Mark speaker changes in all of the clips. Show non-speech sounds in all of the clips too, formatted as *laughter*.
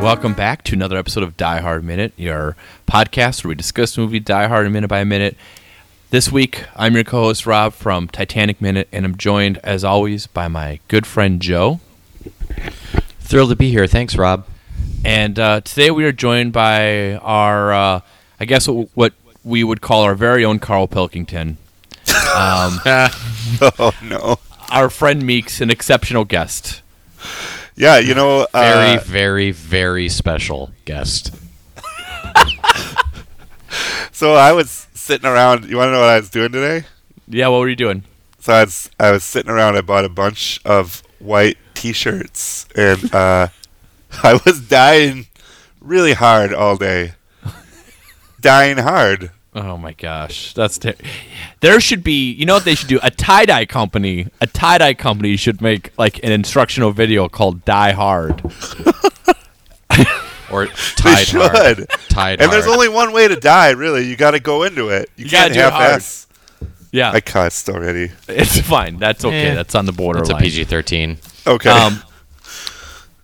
Speaker 1: Welcome back to another episode of Die Hard Minute, your podcast where we discuss the movie Die Hard minute by minute. This week, I'm your co-host Rob from Titanic Minute, and I'm joined, as always, by my good friend Joe.
Speaker 2: Thrilled to be here. Thanks, Rob.
Speaker 1: And uh, today we are joined by our, uh, I guess, what, what we would call our very own Carl Pilkington. Um,
Speaker 3: *laughs* Oh no.
Speaker 1: Our friend Meeks, an exceptional guest.
Speaker 3: Yeah, you know,
Speaker 2: Very,
Speaker 3: uh,
Speaker 2: very, very special guest.
Speaker 3: so I was sitting around. You want to know what I was doing today?
Speaker 1: Yeah, what were you doing?
Speaker 3: So I was I was sitting around. I bought a bunch of white T-shirts, and uh, *laughs* I was dying really hard all day. dying hard. *laughs*
Speaker 1: Oh my gosh, that's ter- there should be. You know what they should do? A tie dye company, a tie dye company should make like an instructional video called "Die Hard."
Speaker 2: *laughs* Or tied hard.
Speaker 3: *laughs* should.
Speaker 2: Tied
Speaker 3: And there's
Speaker 2: hard.
Speaker 3: only one way to die, really. You got to go into it. You,
Speaker 1: You gotta
Speaker 3: can't
Speaker 1: do it
Speaker 3: half-ass.
Speaker 1: Yeah,
Speaker 3: I cussed already.
Speaker 1: it's fine. That's okay.
Speaker 2: Eh,
Speaker 1: that's on the border.
Speaker 2: It's a PG 13.
Speaker 3: Okay.
Speaker 1: Um,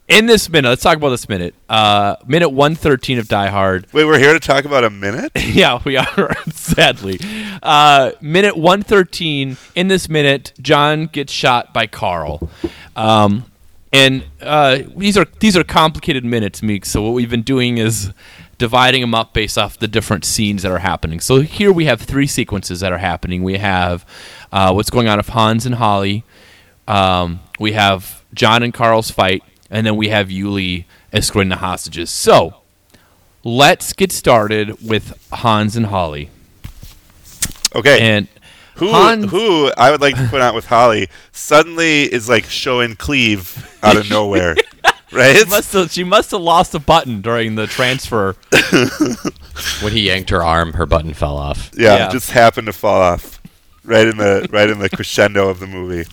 Speaker 1: in this minute, let's talk about this minute. Uh, minute one thirteen of Die Hard.
Speaker 3: Wait, we're here to talk about a minute.
Speaker 1: *laughs* yeah, we are sadly. Uh, minute one thirteen. In this minute, John gets shot by Carl, um, and uh, these are these are complicated minutes, Meek. So what we've been doing is dividing them up based off the different scenes that are happening. So here we have three sequences that are happening. We have uh, what's going on with Hans and Holly. Um, we have John and Carl's fight, and then we have Yuli escorting the hostages. So let's get started with Hans and Holly.
Speaker 3: Okay.
Speaker 1: And
Speaker 3: Who,
Speaker 1: Hans-
Speaker 3: who I would like to point out with Holly suddenly is like showing cleave out of nowhere,
Speaker 1: *laughs*
Speaker 3: right?
Speaker 1: she *laughs* must have, she must have lost a button during the transfer.
Speaker 2: When he yanked her arm, her button fell off.
Speaker 3: yeah,
Speaker 1: yeah.
Speaker 3: just happened to fall off right in the right in the crescendo of the movie.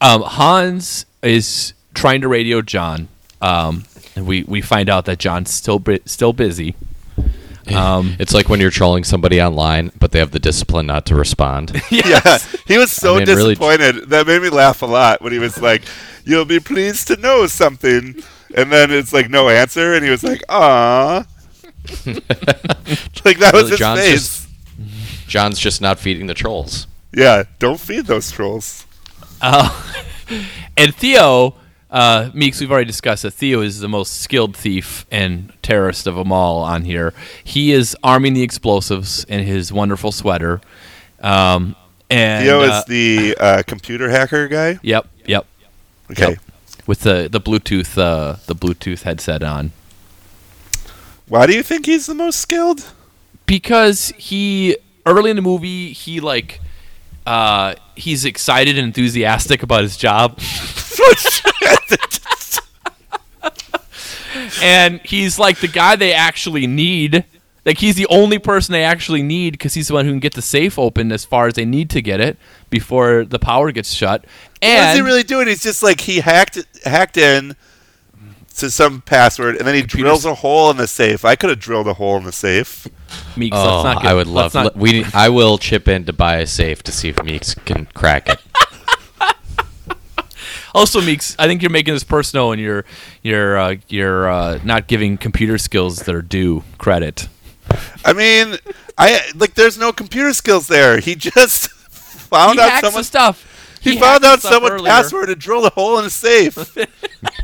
Speaker 1: Um, Hans is trying to radio John. Um, and we, we find out that John's still bu- still
Speaker 3: *laughs*
Speaker 1: busy. Um, *laughs*
Speaker 2: It's like when you're trolling somebody online, but they have the discipline not to *laughs* respond.
Speaker 1: yes.
Speaker 3: Yeah, he was so
Speaker 2: I mean, really-
Speaker 3: disappointed. That made me laugh a lot when he was like, "You'll be pleased to know something," and then it's like no answer, and he was like,
Speaker 2: *laughs*
Speaker 3: "Ah." like that
Speaker 2: Really,
Speaker 3: was his
Speaker 2: John's
Speaker 3: face.
Speaker 2: just- John's just not feeding the trolls.
Speaker 3: Yeah, don't feed those trolls.
Speaker 1: Uh, *laughs* And Theo, uh, Meeks, we've already discussed that Theo is the most skilled thief and terrorist of them all on here. He is arming the explosives in his wonderful sweater. Um, and
Speaker 3: Theo
Speaker 1: uh,
Speaker 3: is the uh, computer hacker guy.
Speaker 1: yep, yep,
Speaker 3: Okay.
Speaker 1: Yep. with the the Bluetooth uh, the Bluetooth headset on
Speaker 3: Why do you think he's the most skilled?
Speaker 1: because he early in the movie he like uh, he's excited and enthusiastic about his job. *laughs* and he's like the guy they actually need. Like he's the only person they actually need because he's the one who can get the safe open as far as they need to get it before the power gets shut.
Speaker 3: What is
Speaker 1: And
Speaker 3: he really doing? He's just like he hacked hacked in to some password and then he
Speaker 1: Computers-
Speaker 3: drills a hole in the safe. I could have drilled a hole in the safe.
Speaker 1: Meeks,
Speaker 2: Oh,
Speaker 1: let's not get,
Speaker 2: I would
Speaker 1: let's
Speaker 2: love.
Speaker 1: not-
Speaker 2: we. need- I will chip in to buy a safe to see if Meeks can crack *laughs* it.
Speaker 1: Also, Meeks, I think you're making this personal, and you're you're uh, you're uh, not giving computer skills their due credit.
Speaker 3: I mean, I like there's no computer skills there. He just *laughs* found
Speaker 1: he
Speaker 3: out
Speaker 1: hacked
Speaker 3: someone
Speaker 1: the stuff.
Speaker 3: he,
Speaker 1: hacked
Speaker 3: found
Speaker 1: the
Speaker 3: out
Speaker 1: stuff
Speaker 3: someone
Speaker 1: earlier.
Speaker 3: password and drilled a hole in a
Speaker 1: *laughs*
Speaker 3: safe.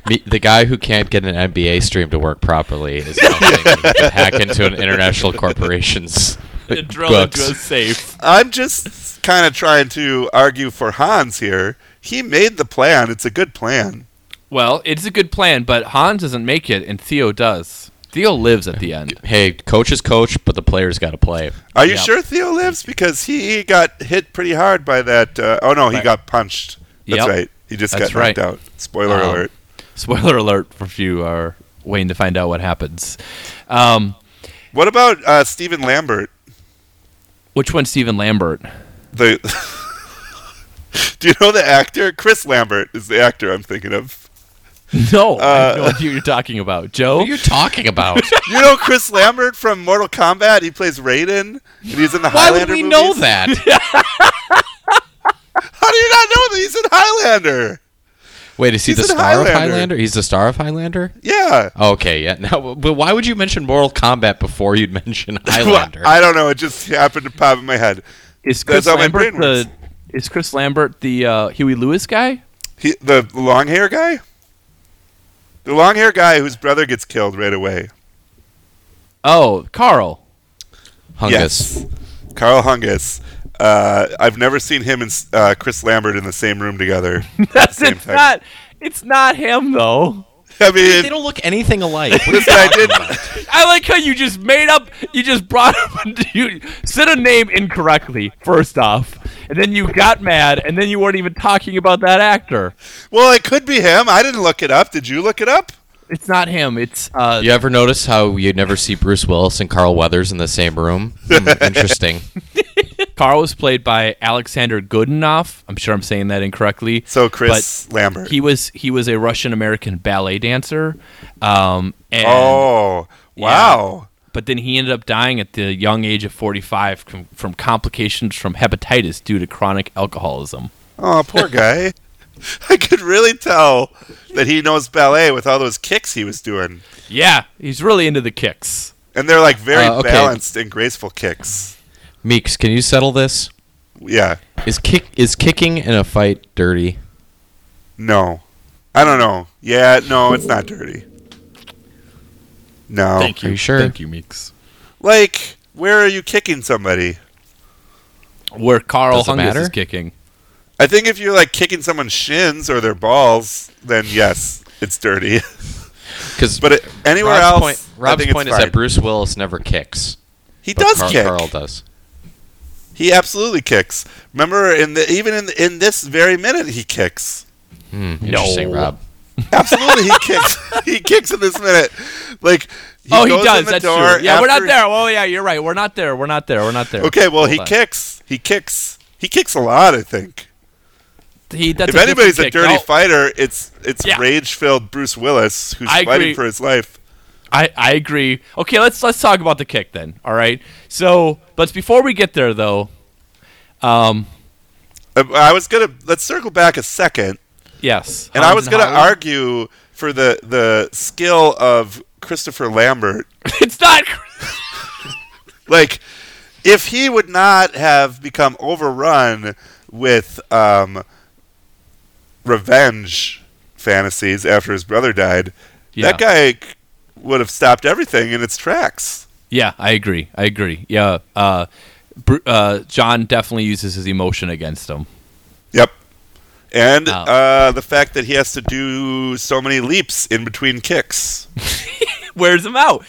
Speaker 2: Me, the guy who can't get an NBA stream to work properly *laughs* is helping hack into an international *laughs* corporation's
Speaker 1: And drill
Speaker 2: books.
Speaker 1: into a safe.
Speaker 3: I'm just kind of trying to argue for Hans here. He made the plan. It's a good plan.
Speaker 1: Well, it's a good plan, but Hans doesn't make it, and Theo does. Theo lives at the end.
Speaker 2: Hey, coach is coach, but the players got to play.
Speaker 3: Are you
Speaker 1: Yeah.
Speaker 3: sure Theo lives? Because he got hit pretty hard by that. Uh, oh no, he got punched. That's
Speaker 1: Yep.
Speaker 3: right. He just
Speaker 1: That's
Speaker 3: got knocked
Speaker 1: right.
Speaker 3: out. Spoiler
Speaker 1: Um,
Speaker 3: alert.
Speaker 1: Spoiler alert for if you are waiting to find out what happens. Um,
Speaker 3: What about uh, Stephen Lambert?
Speaker 1: which one's Stephen Lambert? *laughs*
Speaker 3: The *laughs* do you know the actor? Chris Lambert is the actor I'm thinking of.
Speaker 1: No, I have no idea what you're talking about, Joe.
Speaker 2: What are you talking about? *laughs*
Speaker 3: You know Chris Lambert from Mortal Kombat? He plays Raiden, and he's in the
Speaker 2: Why would
Speaker 3: Highlander
Speaker 2: we
Speaker 3: movies.
Speaker 2: know *laughs* that?
Speaker 3: How do you not know that he's in Highlander?
Speaker 2: Wait, is he
Speaker 3: He's
Speaker 2: the star
Speaker 3: in
Speaker 2: of
Speaker 3: Highlander.
Speaker 2: Highlander? He's the star of Highlander.
Speaker 3: Yeah.
Speaker 2: Okay, yeah. Now, but why would you mention Mortal Kombat before you'd
Speaker 3: *laughs*
Speaker 2: mention Highlander?
Speaker 3: I don't know. It just happened to pop in my head.
Speaker 1: Is
Speaker 3: That's
Speaker 1: Chris
Speaker 3: how my
Speaker 1: Lambert
Speaker 3: brain works.
Speaker 1: the is Chris Lambert the uh, Huey Lewis guy?
Speaker 3: He, the long hair guy? The long hair guy whose brother gets killed right away.
Speaker 1: Oh, Carl.
Speaker 2: Hungus.
Speaker 3: Yes. Carl Hungus. Uh, I've never seen him and s- uh, Chris Lambert in the same room
Speaker 2: *laughs*
Speaker 3: together.
Speaker 1: *laughs* That's
Speaker 3: Same
Speaker 1: it's
Speaker 3: type.
Speaker 1: not. It's not him though.
Speaker 3: I
Speaker 2: They
Speaker 3: mean,
Speaker 2: don't look anything *laughs* alike. What
Speaker 3: this
Speaker 2: is-
Speaker 3: guy did.
Speaker 1: I like how you just made up. You just brought up. *laughs* You said a name incorrectly first off, and then you got mad, and then you weren't even talking about that actor.
Speaker 3: Well, it could be him. I didn't look it up. Did you look it up?
Speaker 1: It's not him. It's uh.
Speaker 2: you ever notice how you never see Bruce Willis and Carl Weathers in the same
Speaker 3: *laughs*
Speaker 2: room? Hmm, interesting.
Speaker 1: Carl was played by Alexander Goodenough. I'm sure I'm saying that incorrectly.
Speaker 3: So Chris Lambert.
Speaker 1: He was he was a Russian American ballet dancer. Um. And,
Speaker 3: oh, wow.
Speaker 1: But then he ended up dying at the young age of 45 com- from complications from hepatitis due to chronic alcoholism.
Speaker 3: Oh,
Speaker 2: *laughs*
Speaker 3: poor guy. I could really tell that he knows ballet with all those kicks he was doing.
Speaker 1: Yeah, he's really into the kicks.
Speaker 3: And they're like very
Speaker 2: Uh, okay.
Speaker 3: balanced and graceful kicks.
Speaker 2: Meeks, can you settle this?
Speaker 3: Yeah.
Speaker 2: Is kick is kicking in a fight dirty?
Speaker 3: No. I don't know. Yeah, no, it's not dirty. No.
Speaker 2: you. Are sure? Thank
Speaker 1: you, Meeks.
Speaker 3: Like, where are you kicking somebody?
Speaker 1: Where Carl
Speaker 2: Does it
Speaker 1: Hungus is
Speaker 2: matter?
Speaker 1: kicking.
Speaker 3: I think if you're like kicking someone's shins or their balls, then yes, it's dirty. *laughs*
Speaker 2: Because
Speaker 3: But it, anywhere
Speaker 2: Rob's
Speaker 3: else,
Speaker 2: point,
Speaker 3: I
Speaker 2: Rob's
Speaker 3: think it's
Speaker 2: point is
Speaker 3: fine.
Speaker 2: that Bruce Willis never kicks.
Speaker 3: he
Speaker 2: but
Speaker 3: does
Speaker 2: Carl,
Speaker 3: kick.
Speaker 2: Carl does.
Speaker 3: He absolutely kicks. Remember, in the even in the, in this very minute, he kicks.
Speaker 2: Hmm, interesting,
Speaker 1: No.
Speaker 2: Rob. *laughs*
Speaker 3: Absolutely, he kicks. He kicks in this minute. Like, he
Speaker 1: oh, he
Speaker 3: goes in
Speaker 1: does.
Speaker 3: the
Speaker 1: That's true.
Speaker 3: door
Speaker 1: Yeah, we're not
Speaker 3: after-
Speaker 1: there. Oh, yeah, you're right. We're not there. We're not there. We're not there.
Speaker 3: Okay, well,
Speaker 1: Hold
Speaker 3: he
Speaker 1: on.
Speaker 3: kicks. He kicks. He kicks a lot, I think.
Speaker 1: He, that's
Speaker 3: if anybody's a
Speaker 1: different kick.
Speaker 3: dirty
Speaker 1: Oh,
Speaker 3: fighter, it's it's
Speaker 1: Yeah.
Speaker 3: rage-filled Bruce Willis who's
Speaker 1: I
Speaker 3: fighting
Speaker 1: agree.
Speaker 3: for his life.
Speaker 1: I, I agree. Okay, let's let's talk about the kick then. All right. So, but before we get there though, um,
Speaker 3: Uh, I was gonna let's circle back a second,
Speaker 1: yes,
Speaker 3: and I
Speaker 1: Hans
Speaker 3: was gonna
Speaker 1: Holland.
Speaker 3: argue for the the skill of Christopher Lambert.
Speaker 1: *laughs* it's not.
Speaker 3: Like, if he would not have become overrun with um, revenge fantasies after his brother died,
Speaker 1: Yeah.
Speaker 3: that guy c- would have stopped everything in its tracks.
Speaker 1: Yeah, I agree. I agree. Yeah. Uh, Bru- uh, John definitely uses his emotion against him.
Speaker 3: Yep. And
Speaker 1: Oh.
Speaker 3: uh, the fact that he has to do so many leaps in between kicks.
Speaker 1: Wears him out.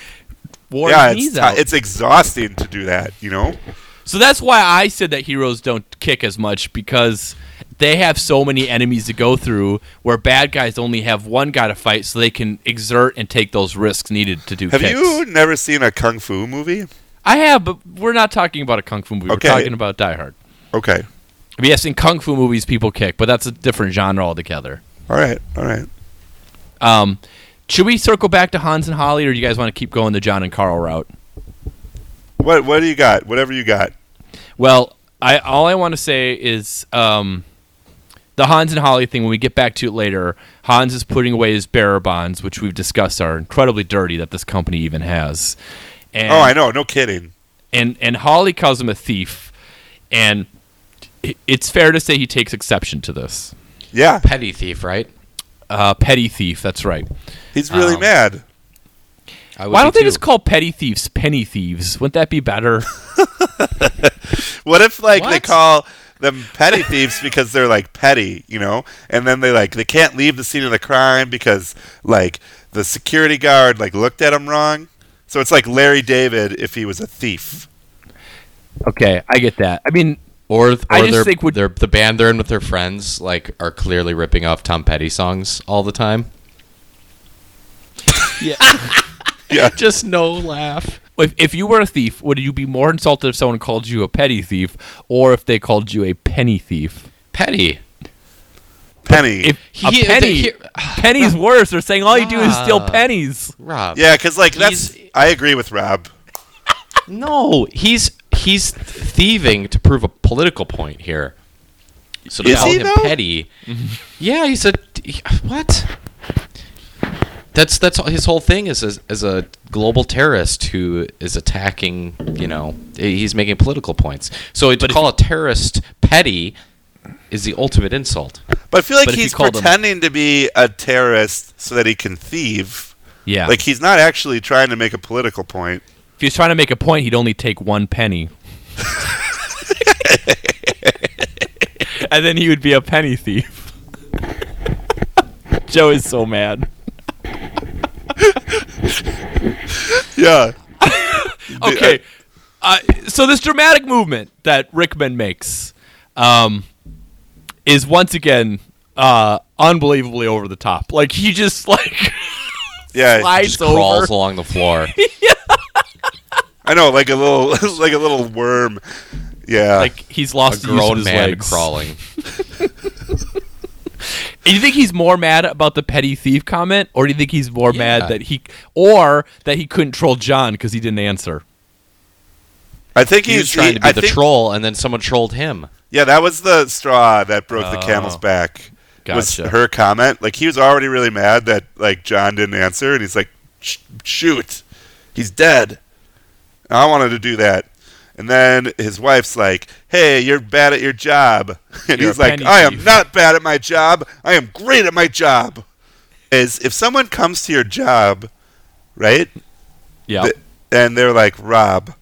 Speaker 1: Wore
Speaker 3: yeah,
Speaker 1: his
Speaker 3: it's,
Speaker 1: knees
Speaker 3: ti-
Speaker 1: out.
Speaker 3: it's exhausting to do that, you know?
Speaker 1: So that's why I said that heroes don't kick as much because they have so many enemies to go through where bad guys only have one guy to fight so they can exert and take those risks needed to do
Speaker 3: Have
Speaker 1: kicks.
Speaker 3: you never seen a kung fu movie?
Speaker 1: I have, but we're not talking about a kung fu movie.
Speaker 3: Okay.
Speaker 1: We're talking about Die Hard.
Speaker 3: Okay.
Speaker 1: I mean, yes, in kung fu movies people kick, but that's a different genre altogether.
Speaker 3: All right. All right.
Speaker 1: Um, should we circle back to Hans and Holly, or do you guys want to keep going the John and Carl route?
Speaker 3: What what do you got? Whatever you got.
Speaker 1: Well, I all I want to say is um, the Hans and Holly thing. When we get back to it later, Hans is putting away his bearer bonds, which we've discussed are incredibly dirty that this company even has. And,
Speaker 3: oh, I know. No kidding.
Speaker 1: and and Holly calls him a thief, and i- it's fair to say he takes exception to this.
Speaker 3: Yeah.
Speaker 2: Petty thief, right?
Speaker 1: Uh, petty thief. That's right.
Speaker 3: He's really
Speaker 2: Um,
Speaker 3: mad.
Speaker 2: I would
Speaker 1: Why
Speaker 2: be
Speaker 1: don't they
Speaker 2: too.
Speaker 1: just call petty thieves penny thieves? Wouldn't that be better?
Speaker 3: What if like they
Speaker 2: What?
Speaker 3: call them petty thieves because they're like petty, you know? And then they like they can't leave the scene of the crime because like the security guard like looked at him wrong. So it's like Larry David if he was a thief.
Speaker 1: okay, I get that. I mean,
Speaker 2: Or, or
Speaker 1: I just
Speaker 2: they're,
Speaker 1: think would-
Speaker 2: they're, the band they're in with their friends like are clearly ripping off Tom Petty songs all the time.
Speaker 1: yeah.
Speaker 3: Yeah.
Speaker 2: *laughs* Just no laugh.
Speaker 1: If, if you were a thief, would you be more insulted if someone called you a petty thief or if they called you a penny thief?
Speaker 2: Petty.
Speaker 3: *laughs* Penny.
Speaker 1: If a
Speaker 2: He- *sighs*
Speaker 1: penny,
Speaker 2: the- here-
Speaker 1: penny's worse. They're saying all you do is steal
Speaker 2: Ah.
Speaker 1: pennies.
Speaker 2: Rob.
Speaker 3: yeah, cuz like that's
Speaker 2: He's-
Speaker 3: I agree with Rob.
Speaker 2: No, he's he's thieving to prove a political point here. So to
Speaker 3: Is
Speaker 2: call
Speaker 3: he,
Speaker 2: him
Speaker 3: though?
Speaker 2: petty, yeah, he's a he- what? That's that's his whole thing is as, as a global terrorist who is attacking. You know, he's making political points. So to call a terrorist petty is the ultimate insult.
Speaker 3: But I feel like
Speaker 1: But if you
Speaker 3: he's
Speaker 1: called him-
Speaker 3: pretending to be a terrorist so that he can thieve.
Speaker 1: Yeah.
Speaker 3: Like he's not actually trying to make a political point.
Speaker 1: if he was trying to make a point, he'd only take one penny. and then he would be a penny thief. *laughs* Joe is so mad.
Speaker 3: Yeah.
Speaker 1: *laughs* Okay. Uh, so this dramatic movement that Rickman makes um, is once again uh, unbelievably over the top. Like he just *laughs* like
Speaker 3: *laughs* Yeah.
Speaker 1: slides
Speaker 2: Just crawls
Speaker 1: over.
Speaker 2: along the
Speaker 3: *laughs*
Speaker 2: floor.
Speaker 3: I know, like a little *laughs* like a little worm. Yeah.
Speaker 1: Like he's lost the use of
Speaker 2: grown
Speaker 1: his
Speaker 2: man
Speaker 1: legs.
Speaker 2: crawling.
Speaker 1: Do you think he's more mad about the petty thief comment, or do you think he's more
Speaker 2: Yeah.
Speaker 1: mad that he, or that he couldn't troll John because he didn't answer?
Speaker 3: I think
Speaker 2: He
Speaker 3: he's
Speaker 2: was trying to be
Speaker 3: I
Speaker 2: the
Speaker 3: think-
Speaker 2: troll, and then someone trolled him.
Speaker 3: Yeah, that was the straw that broke the camel's back.
Speaker 1: Gotcha.
Speaker 3: Was her comment. Like he was already really mad that like John didn't answer and he's like "Sh- shoot. He's dead. And I wanted to do that. And then his wife's like, "Hey, you're bad at your job." *laughs* And
Speaker 1: You're
Speaker 3: he's
Speaker 1: a
Speaker 3: like,
Speaker 1: penny
Speaker 3: "I am
Speaker 1: thief."
Speaker 3: not bad at my job. I am great at my job." Is if someone comes to your job, right?
Speaker 1: Yeah,
Speaker 3: Th- and they're like, Rob,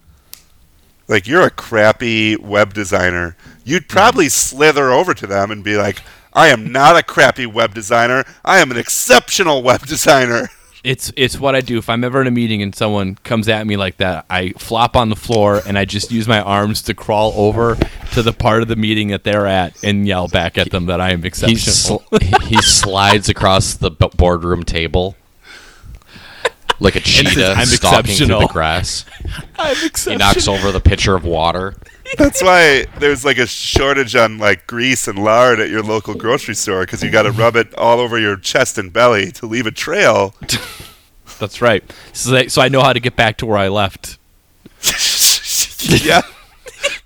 Speaker 3: like you're a crappy web designer. You'd probably slither over to them and be like, I am not a crappy web designer. I am an exceptional web designer.
Speaker 1: it's it's what I do. If I'm ever in a meeting and someone comes at me like that, I flop on the floor and I just use my arms to crawl over to the part of the meeting that they're at and yell back at them that I am
Speaker 2: He,
Speaker 1: exceptional.
Speaker 2: sl- he slides across the b- boardroom table like a cheetah
Speaker 1: "I'm
Speaker 2: stalking through the
Speaker 1: exceptional."
Speaker 2: grass.
Speaker 1: I'm
Speaker 2: He
Speaker 1: exceptional.
Speaker 2: knocks over the pitcher of water.
Speaker 3: That's why there's like a shortage on like grease and lard at your local grocery store because you got to rub it all over your chest and belly to leave a trail.
Speaker 1: That's right. So, they, so I know how to get back to where I left.
Speaker 3: yeah,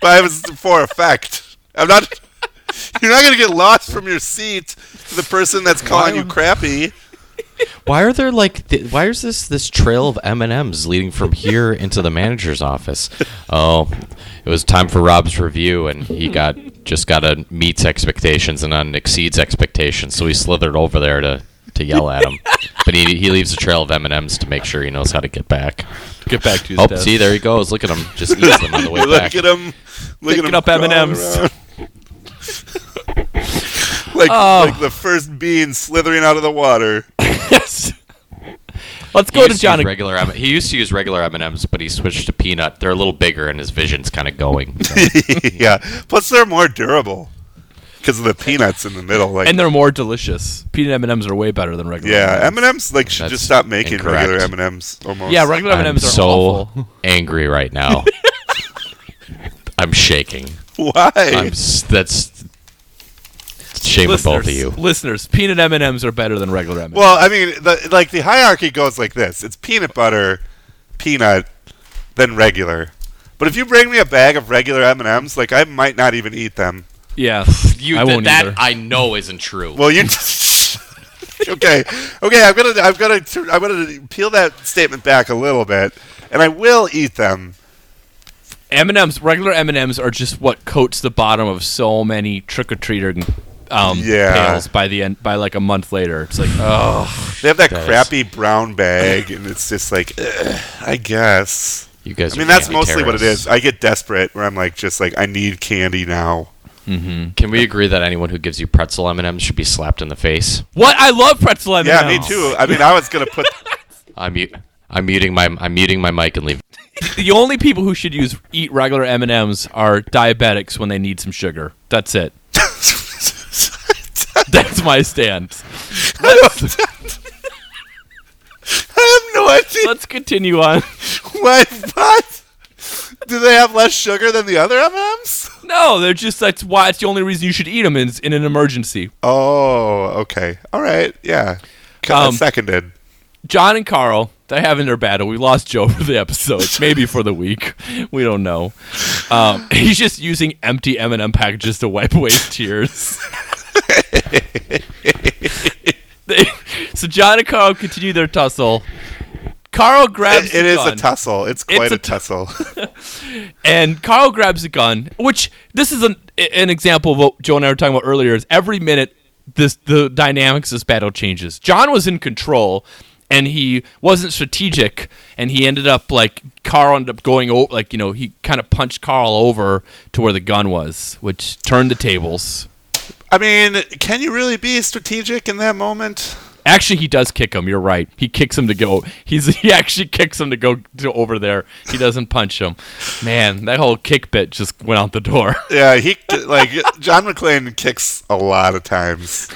Speaker 3: but it was for effect. I'm not. *laughs* You're not gonna get lost from your seat to the person that's calling you crappy.
Speaker 2: Why are there like? Th- why is this this trail of M and M's leading from here into the manager's office? Oh, it was time for Rob's review, and he got just got a meets expectations and un exceeds expectations. So he slithered over there to to yell at him, but he he leaves a trail of M and M's to make sure he knows how to get back.
Speaker 1: Get back to his
Speaker 2: Oh,
Speaker 1: desk.
Speaker 2: see, there he goes. Look at him.
Speaker 3: *laughs*
Speaker 2: Just eats them on the way back.
Speaker 3: Look at him. Look
Speaker 1: Picking
Speaker 3: at him
Speaker 1: up
Speaker 3: crawling
Speaker 1: M&Ms.
Speaker 3: around. *laughs* like
Speaker 2: Oh.
Speaker 3: like the first bean slithering out of the water.
Speaker 1: *laughs*
Speaker 3: *laughs*
Speaker 1: Yes. Let's
Speaker 2: He
Speaker 1: go to
Speaker 2: used to use
Speaker 1: John. ag-
Speaker 2: regular M- he used to use regular M and M's, but he switched to peanut. They're a little bigger, and his vision's kind
Speaker 1: *laughs*
Speaker 2: of going. So.
Speaker 3: yeah. Plus they're more durable because of the peanuts in the middle. Like
Speaker 1: and they're more delicious. Peanut M and M's are way better than regular.
Speaker 3: yeah,
Speaker 1: M&Ms.
Speaker 3: M and M's like should
Speaker 2: That's
Speaker 3: just stop making regular
Speaker 2: incorrect.
Speaker 3: M and M's almost.
Speaker 1: yeah, regular M and
Speaker 2: I'm
Speaker 1: M's are
Speaker 2: so
Speaker 1: awful.
Speaker 2: angry
Speaker 1: *laughs*
Speaker 2: right now. I'm shaking.
Speaker 3: *laughs* Why?
Speaker 2: I'm s- that's shame of both of you.
Speaker 1: listeners, peanut M and M's are better than regular M.
Speaker 3: Well, I mean, the, like the hierarchy goes like this: it's peanut butter, peanut, then regular. But if you bring me a bag of regular M and M's, like I might not even eat them.
Speaker 1: yeah,
Speaker 2: You
Speaker 1: I
Speaker 2: th-
Speaker 1: won't
Speaker 2: that
Speaker 1: either.
Speaker 2: I know isn't true.
Speaker 3: Well, you. *laughs* okay, okay, I'm gonna, I'm gonna, tur- I'm gonna peel that statement back a little bit, and I will eat them.
Speaker 1: M and M's, regular M and M's are just what coats the bottom of so many trick or treating um,
Speaker 3: Yeah.
Speaker 1: pails by the end. By like a month later, it's like oh,
Speaker 3: They have that
Speaker 2: That is-
Speaker 3: crappy brown bag, and it's just like, ugh, I guess.
Speaker 2: you guys.
Speaker 3: I
Speaker 2: are
Speaker 3: mean, that's
Speaker 2: candy
Speaker 3: mostly what it
Speaker 2: terrorists.
Speaker 3: is. I get desperate where I'm like, just like, I need candy now.
Speaker 2: Can we agree that anyone who gives you pretzel M and M's should be slapped in the face?
Speaker 1: what I love pretzel M and
Speaker 3: Yeah,
Speaker 1: M's.
Speaker 3: me too. I mean, I was gonna put. *laughs*
Speaker 2: I'm mute. I'm muting my. I'm muting my mic and leave.
Speaker 1: The only people who should use eat regular M and M's are diabetics when they need some sugar. That's it. *laughs* That's my stance.
Speaker 3: I have no idea
Speaker 1: Let's continue on. *laughs*
Speaker 3: why. What? Do they have less sugar than the other M&Ms?
Speaker 1: No, they're just that's why it's the only reason you should eat them is in an emergency.
Speaker 3: Oh, okay. All right. Yeah. Co-
Speaker 1: Um,
Speaker 3: seconded.
Speaker 1: John and Carl, they're having their battle. We lost Joe for the episode, maybe for the week. We don't know. Um, *laughs* he's just using empty M&M packages to wipe away his
Speaker 3: *laughs*
Speaker 1: tears. *laughs* They- so John and Carl continue their tussle. Carl grabs
Speaker 3: It-
Speaker 1: the
Speaker 3: it is a
Speaker 1: gun.
Speaker 3: tussle. It's quite
Speaker 1: a *laughs*
Speaker 3: a, tussle.
Speaker 1: and Carl grabs a gun, which this is an an example of what Joe and I were talking about earlier. Is every minute this the dynamics of this battle changes. John was in control, and he wasn't strategic, and he ended up like Carl ended up going over, like you know he kind of punched Carl over to where the gun was, which turned the tables.
Speaker 3: I mean, can you really be strategic in that moment?
Speaker 1: Actually, he does kick him. You're right. He kicks him to go. He's *laughs* he actually kicks him to go to over there. He doesn't punch him. Man, that whole kick bit just went out the door. *laughs*
Speaker 3: Yeah, he like *laughs* John McClane kicks a lot of times.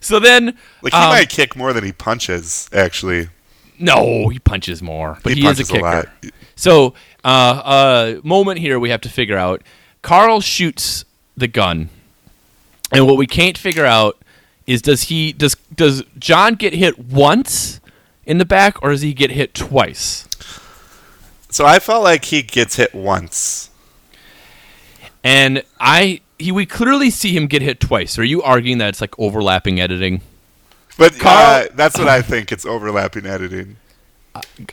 Speaker 1: So then,
Speaker 3: Like he
Speaker 1: um,
Speaker 3: might kick more than he punches. Actually,
Speaker 1: No, he punches more, but he, is a
Speaker 3: punches
Speaker 1: kicker. So, uh, uh, moment here we have to figure out. Carl shoots the gun, and what we can't figure out is does he does does John get hit once in the back, or does he get hit twice?
Speaker 3: So I felt like he gets hit once.
Speaker 1: And I he we clearly see him get hit twice. Are you arguing that it's like overlapping editing?
Speaker 3: But
Speaker 1: Carl-
Speaker 3: uh, that's what I think. It's overlapping editing.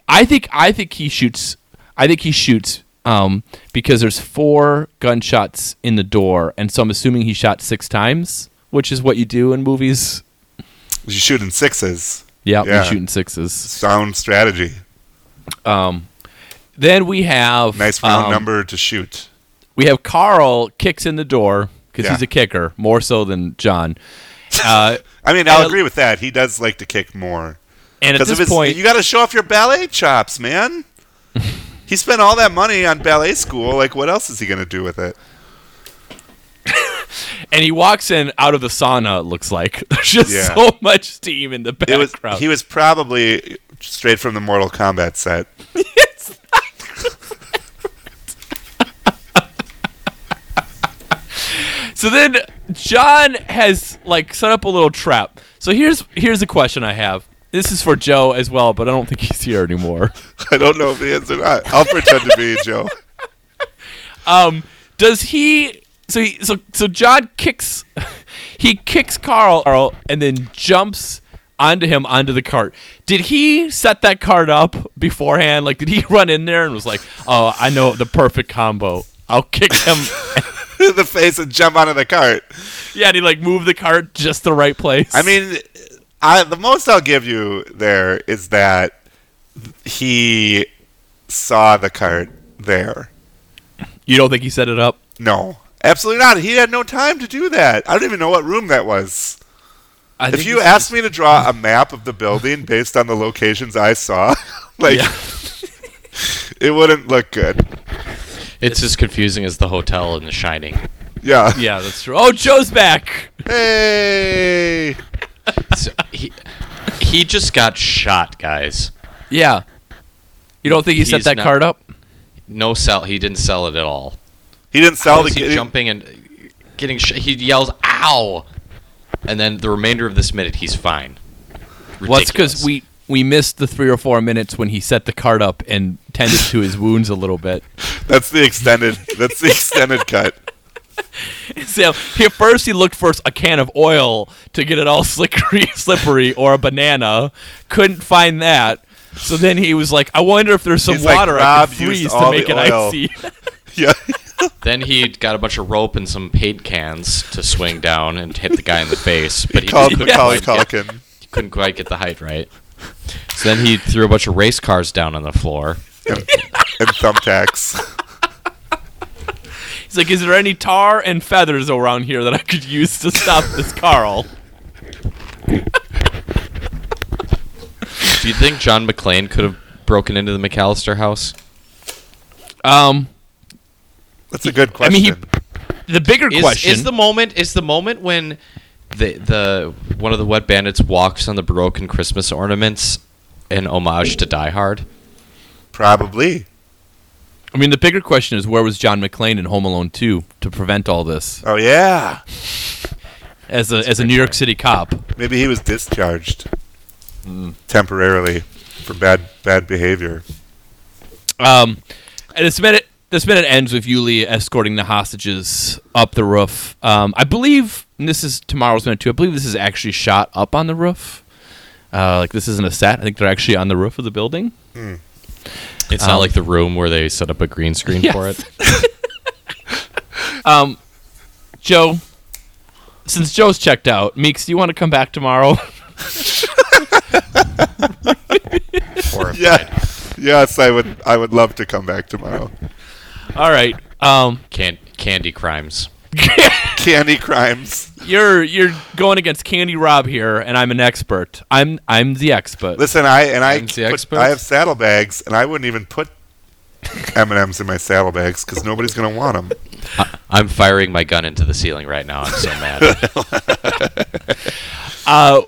Speaker 1: I think I think he shoots. I think he shoots um, because there's four gunshots in the door, and so I'm assuming he shot six times, which is what you do in movies.
Speaker 3: You shoot in sixes.
Speaker 1: Yeah,
Speaker 3: Yeah.
Speaker 1: you're shooting sixes.
Speaker 3: Sound strategy.
Speaker 1: Then we have
Speaker 3: Nice round
Speaker 1: um,
Speaker 3: number to shoot.
Speaker 1: We have Carl kicks in the door because
Speaker 3: Yeah.
Speaker 1: he's a kicker more so than John. Uh,
Speaker 3: I mean, I'll
Speaker 1: and-
Speaker 3: agree with that. He does like to kick more. *laughs*
Speaker 1: and at
Speaker 3: Because
Speaker 1: this point,
Speaker 3: you got to show off your ballet chops, man.
Speaker 1: *laughs*
Speaker 3: he spent all that money on ballet school. Like, what else is he gonna do with it?
Speaker 1: and he walks in out of the sauna. It looks like *laughs* there's just
Speaker 3: Yeah.
Speaker 1: so much steam in the
Speaker 3: It was
Speaker 1: background.
Speaker 3: he was probably straight from the Mortal Kombat set. *laughs*
Speaker 1: So then John has like set up a little trap. So here's here's a question I have. This is for Joe as well, but I don't think he's here anymore.
Speaker 3: I don't know if he is or not. I'll pretend to
Speaker 1: *laughs*
Speaker 3: be Joe. *laughs*
Speaker 1: Um, does he? So he, so so John kicks, *laughs* he kicks Carl, Carl, and then jumps onto him onto the cart. Did he set that cart up beforehand? Like, did he *laughs* run in there and was like, "Oh, I know the perfect combo. I'll kick him." *laughs*
Speaker 3: In the face and jump onto the cart.
Speaker 1: yeah, and he like moved the cart just the right place.
Speaker 3: I mean, I the most I'll give you there is that he saw the cart there.
Speaker 1: you don't think he set it up?
Speaker 3: No, absolutely not. He had no time to do that. I don't even know what room that was.
Speaker 1: I
Speaker 3: If
Speaker 1: think
Speaker 3: you
Speaker 1: it's-
Speaker 3: asked me to draw a map of the building based on the locations I saw, *laughs* like
Speaker 1: Yeah.
Speaker 3: it wouldn't look good.
Speaker 2: It's as confusing as the hotel in The Shining.
Speaker 3: Yeah.
Speaker 1: Yeah, that's true. Oh, Joe's back.
Speaker 3: Hey.
Speaker 2: So he, he just got shot, guys.
Speaker 1: Yeah. You don't think he set
Speaker 2: He's
Speaker 1: that
Speaker 2: not-
Speaker 1: card up?
Speaker 2: No sell. He didn't sell it at all.
Speaker 3: He didn't sell the
Speaker 2: Was he
Speaker 3: he-
Speaker 2: jumping and getting? Sh- he yells, "Ow!" And then the remainder of this minute, he's fine.
Speaker 1: Well, it's
Speaker 2: Ridiculous.
Speaker 1: because we we missed the three or four minutes when he set the card up and tended to his wounds a little bit.
Speaker 3: That's the extended. That's the extended cut.
Speaker 1: *laughs* So he, first he looked for a can of oil to get it all *laughs* slickery, slippery, or a banana. Couldn't find that. So then he was like, "I wonder if there's some
Speaker 3: He's like,
Speaker 1: water I
Speaker 3: "Rob
Speaker 1: can
Speaker 3: used
Speaker 1: freeze to
Speaker 3: all the
Speaker 1: make it
Speaker 3: oil."
Speaker 1: icy."
Speaker 3: Yeah.
Speaker 2: Then he got a bunch of rope and some paint cans to swing down and hit the guy in the
Speaker 3: *laughs*
Speaker 2: face, but he,
Speaker 3: Called
Speaker 2: couldn't,
Speaker 3: Macaulay
Speaker 2: quite get,
Speaker 3: Culkin.
Speaker 2: he couldn't quite get the height right. So then he threw a bunch of race cars down on the floor.
Speaker 3: and thumbtacks.
Speaker 1: *laughs*
Speaker 3: *laughs*
Speaker 1: He's like, "Is there any tar and feathers around here that I could use to stop this Carl?"
Speaker 2: Do you think John McClane could have broken into the McAllister house?
Speaker 1: Um,
Speaker 3: That's a good
Speaker 1: I
Speaker 3: question.
Speaker 1: mean, he- the bigger
Speaker 2: Is,
Speaker 1: question
Speaker 2: is the moment is the moment when the the one of the wet bandits walks on the broken Christmas ornaments an homage to Die Hard?
Speaker 3: Probably.
Speaker 1: I mean, the bigger question is where was John McClane in Home Alone 2 to prevent all this
Speaker 3: Oh yeah.
Speaker 1: as a as a New York City cop?
Speaker 3: Maybe he was discharged
Speaker 1: Hmm.
Speaker 3: temporarily for bad bad behavior.
Speaker 1: Um, and this minute, This minute ends with Yuli escorting the hostages up the roof. Um, I believe and this is tomorrow's minute too. I believe this is actually shot up on the roof. Uh, like this isn't a set. I think they're actually on the roof of the building.
Speaker 2: It's not like the room where they set up a green screen
Speaker 1: Yes.
Speaker 2: *laughs* for it.
Speaker 1: Joe, since Joe's checked out, Meeks, do you want to come back tomorrow? *laughs*
Speaker 3: Yeah. Yes, I would. I would love to come back tomorrow.
Speaker 1: All right. Um,
Speaker 2: Can- candy crimes.
Speaker 3: Candy crimes.
Speaker 1: you're you're going against Candy Rob here, and I'm an expert. I'm I'm the expert.
Speaker 3: Listen, I and I.
Speaker 2: I'm the
Speaker 3: put-
Speaker 2: expert.
Speaker 3: I have saddlebags, and I wouldn't even put M and M's in my saddlebags because nobody's gonna want them.
Speaker 2: I'm firing my gun into the ceiling right now. I'm so *laughs* mad.
Speaker 1: Uh,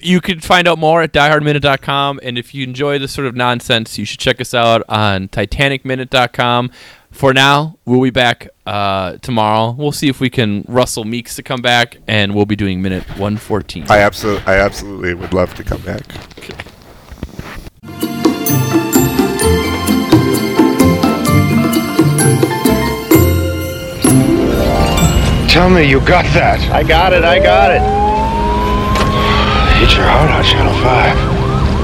Speaker 1: you can find out more at diehardminute.com. And if you enjoy this sort of nonsense, you should check us out on titanicminute.com. For now, we'll be back uh, tomorrow. We'll see if we can rustle Meeks to come back, and we'll be doing minute 114.
Speaker 3: I absolutely, I absolutely would love to come back.
Speaker 4: Tell me you got that.
Speaker 5: I got it, I got it.
Speaker 4: Hit your heart on Channel 5.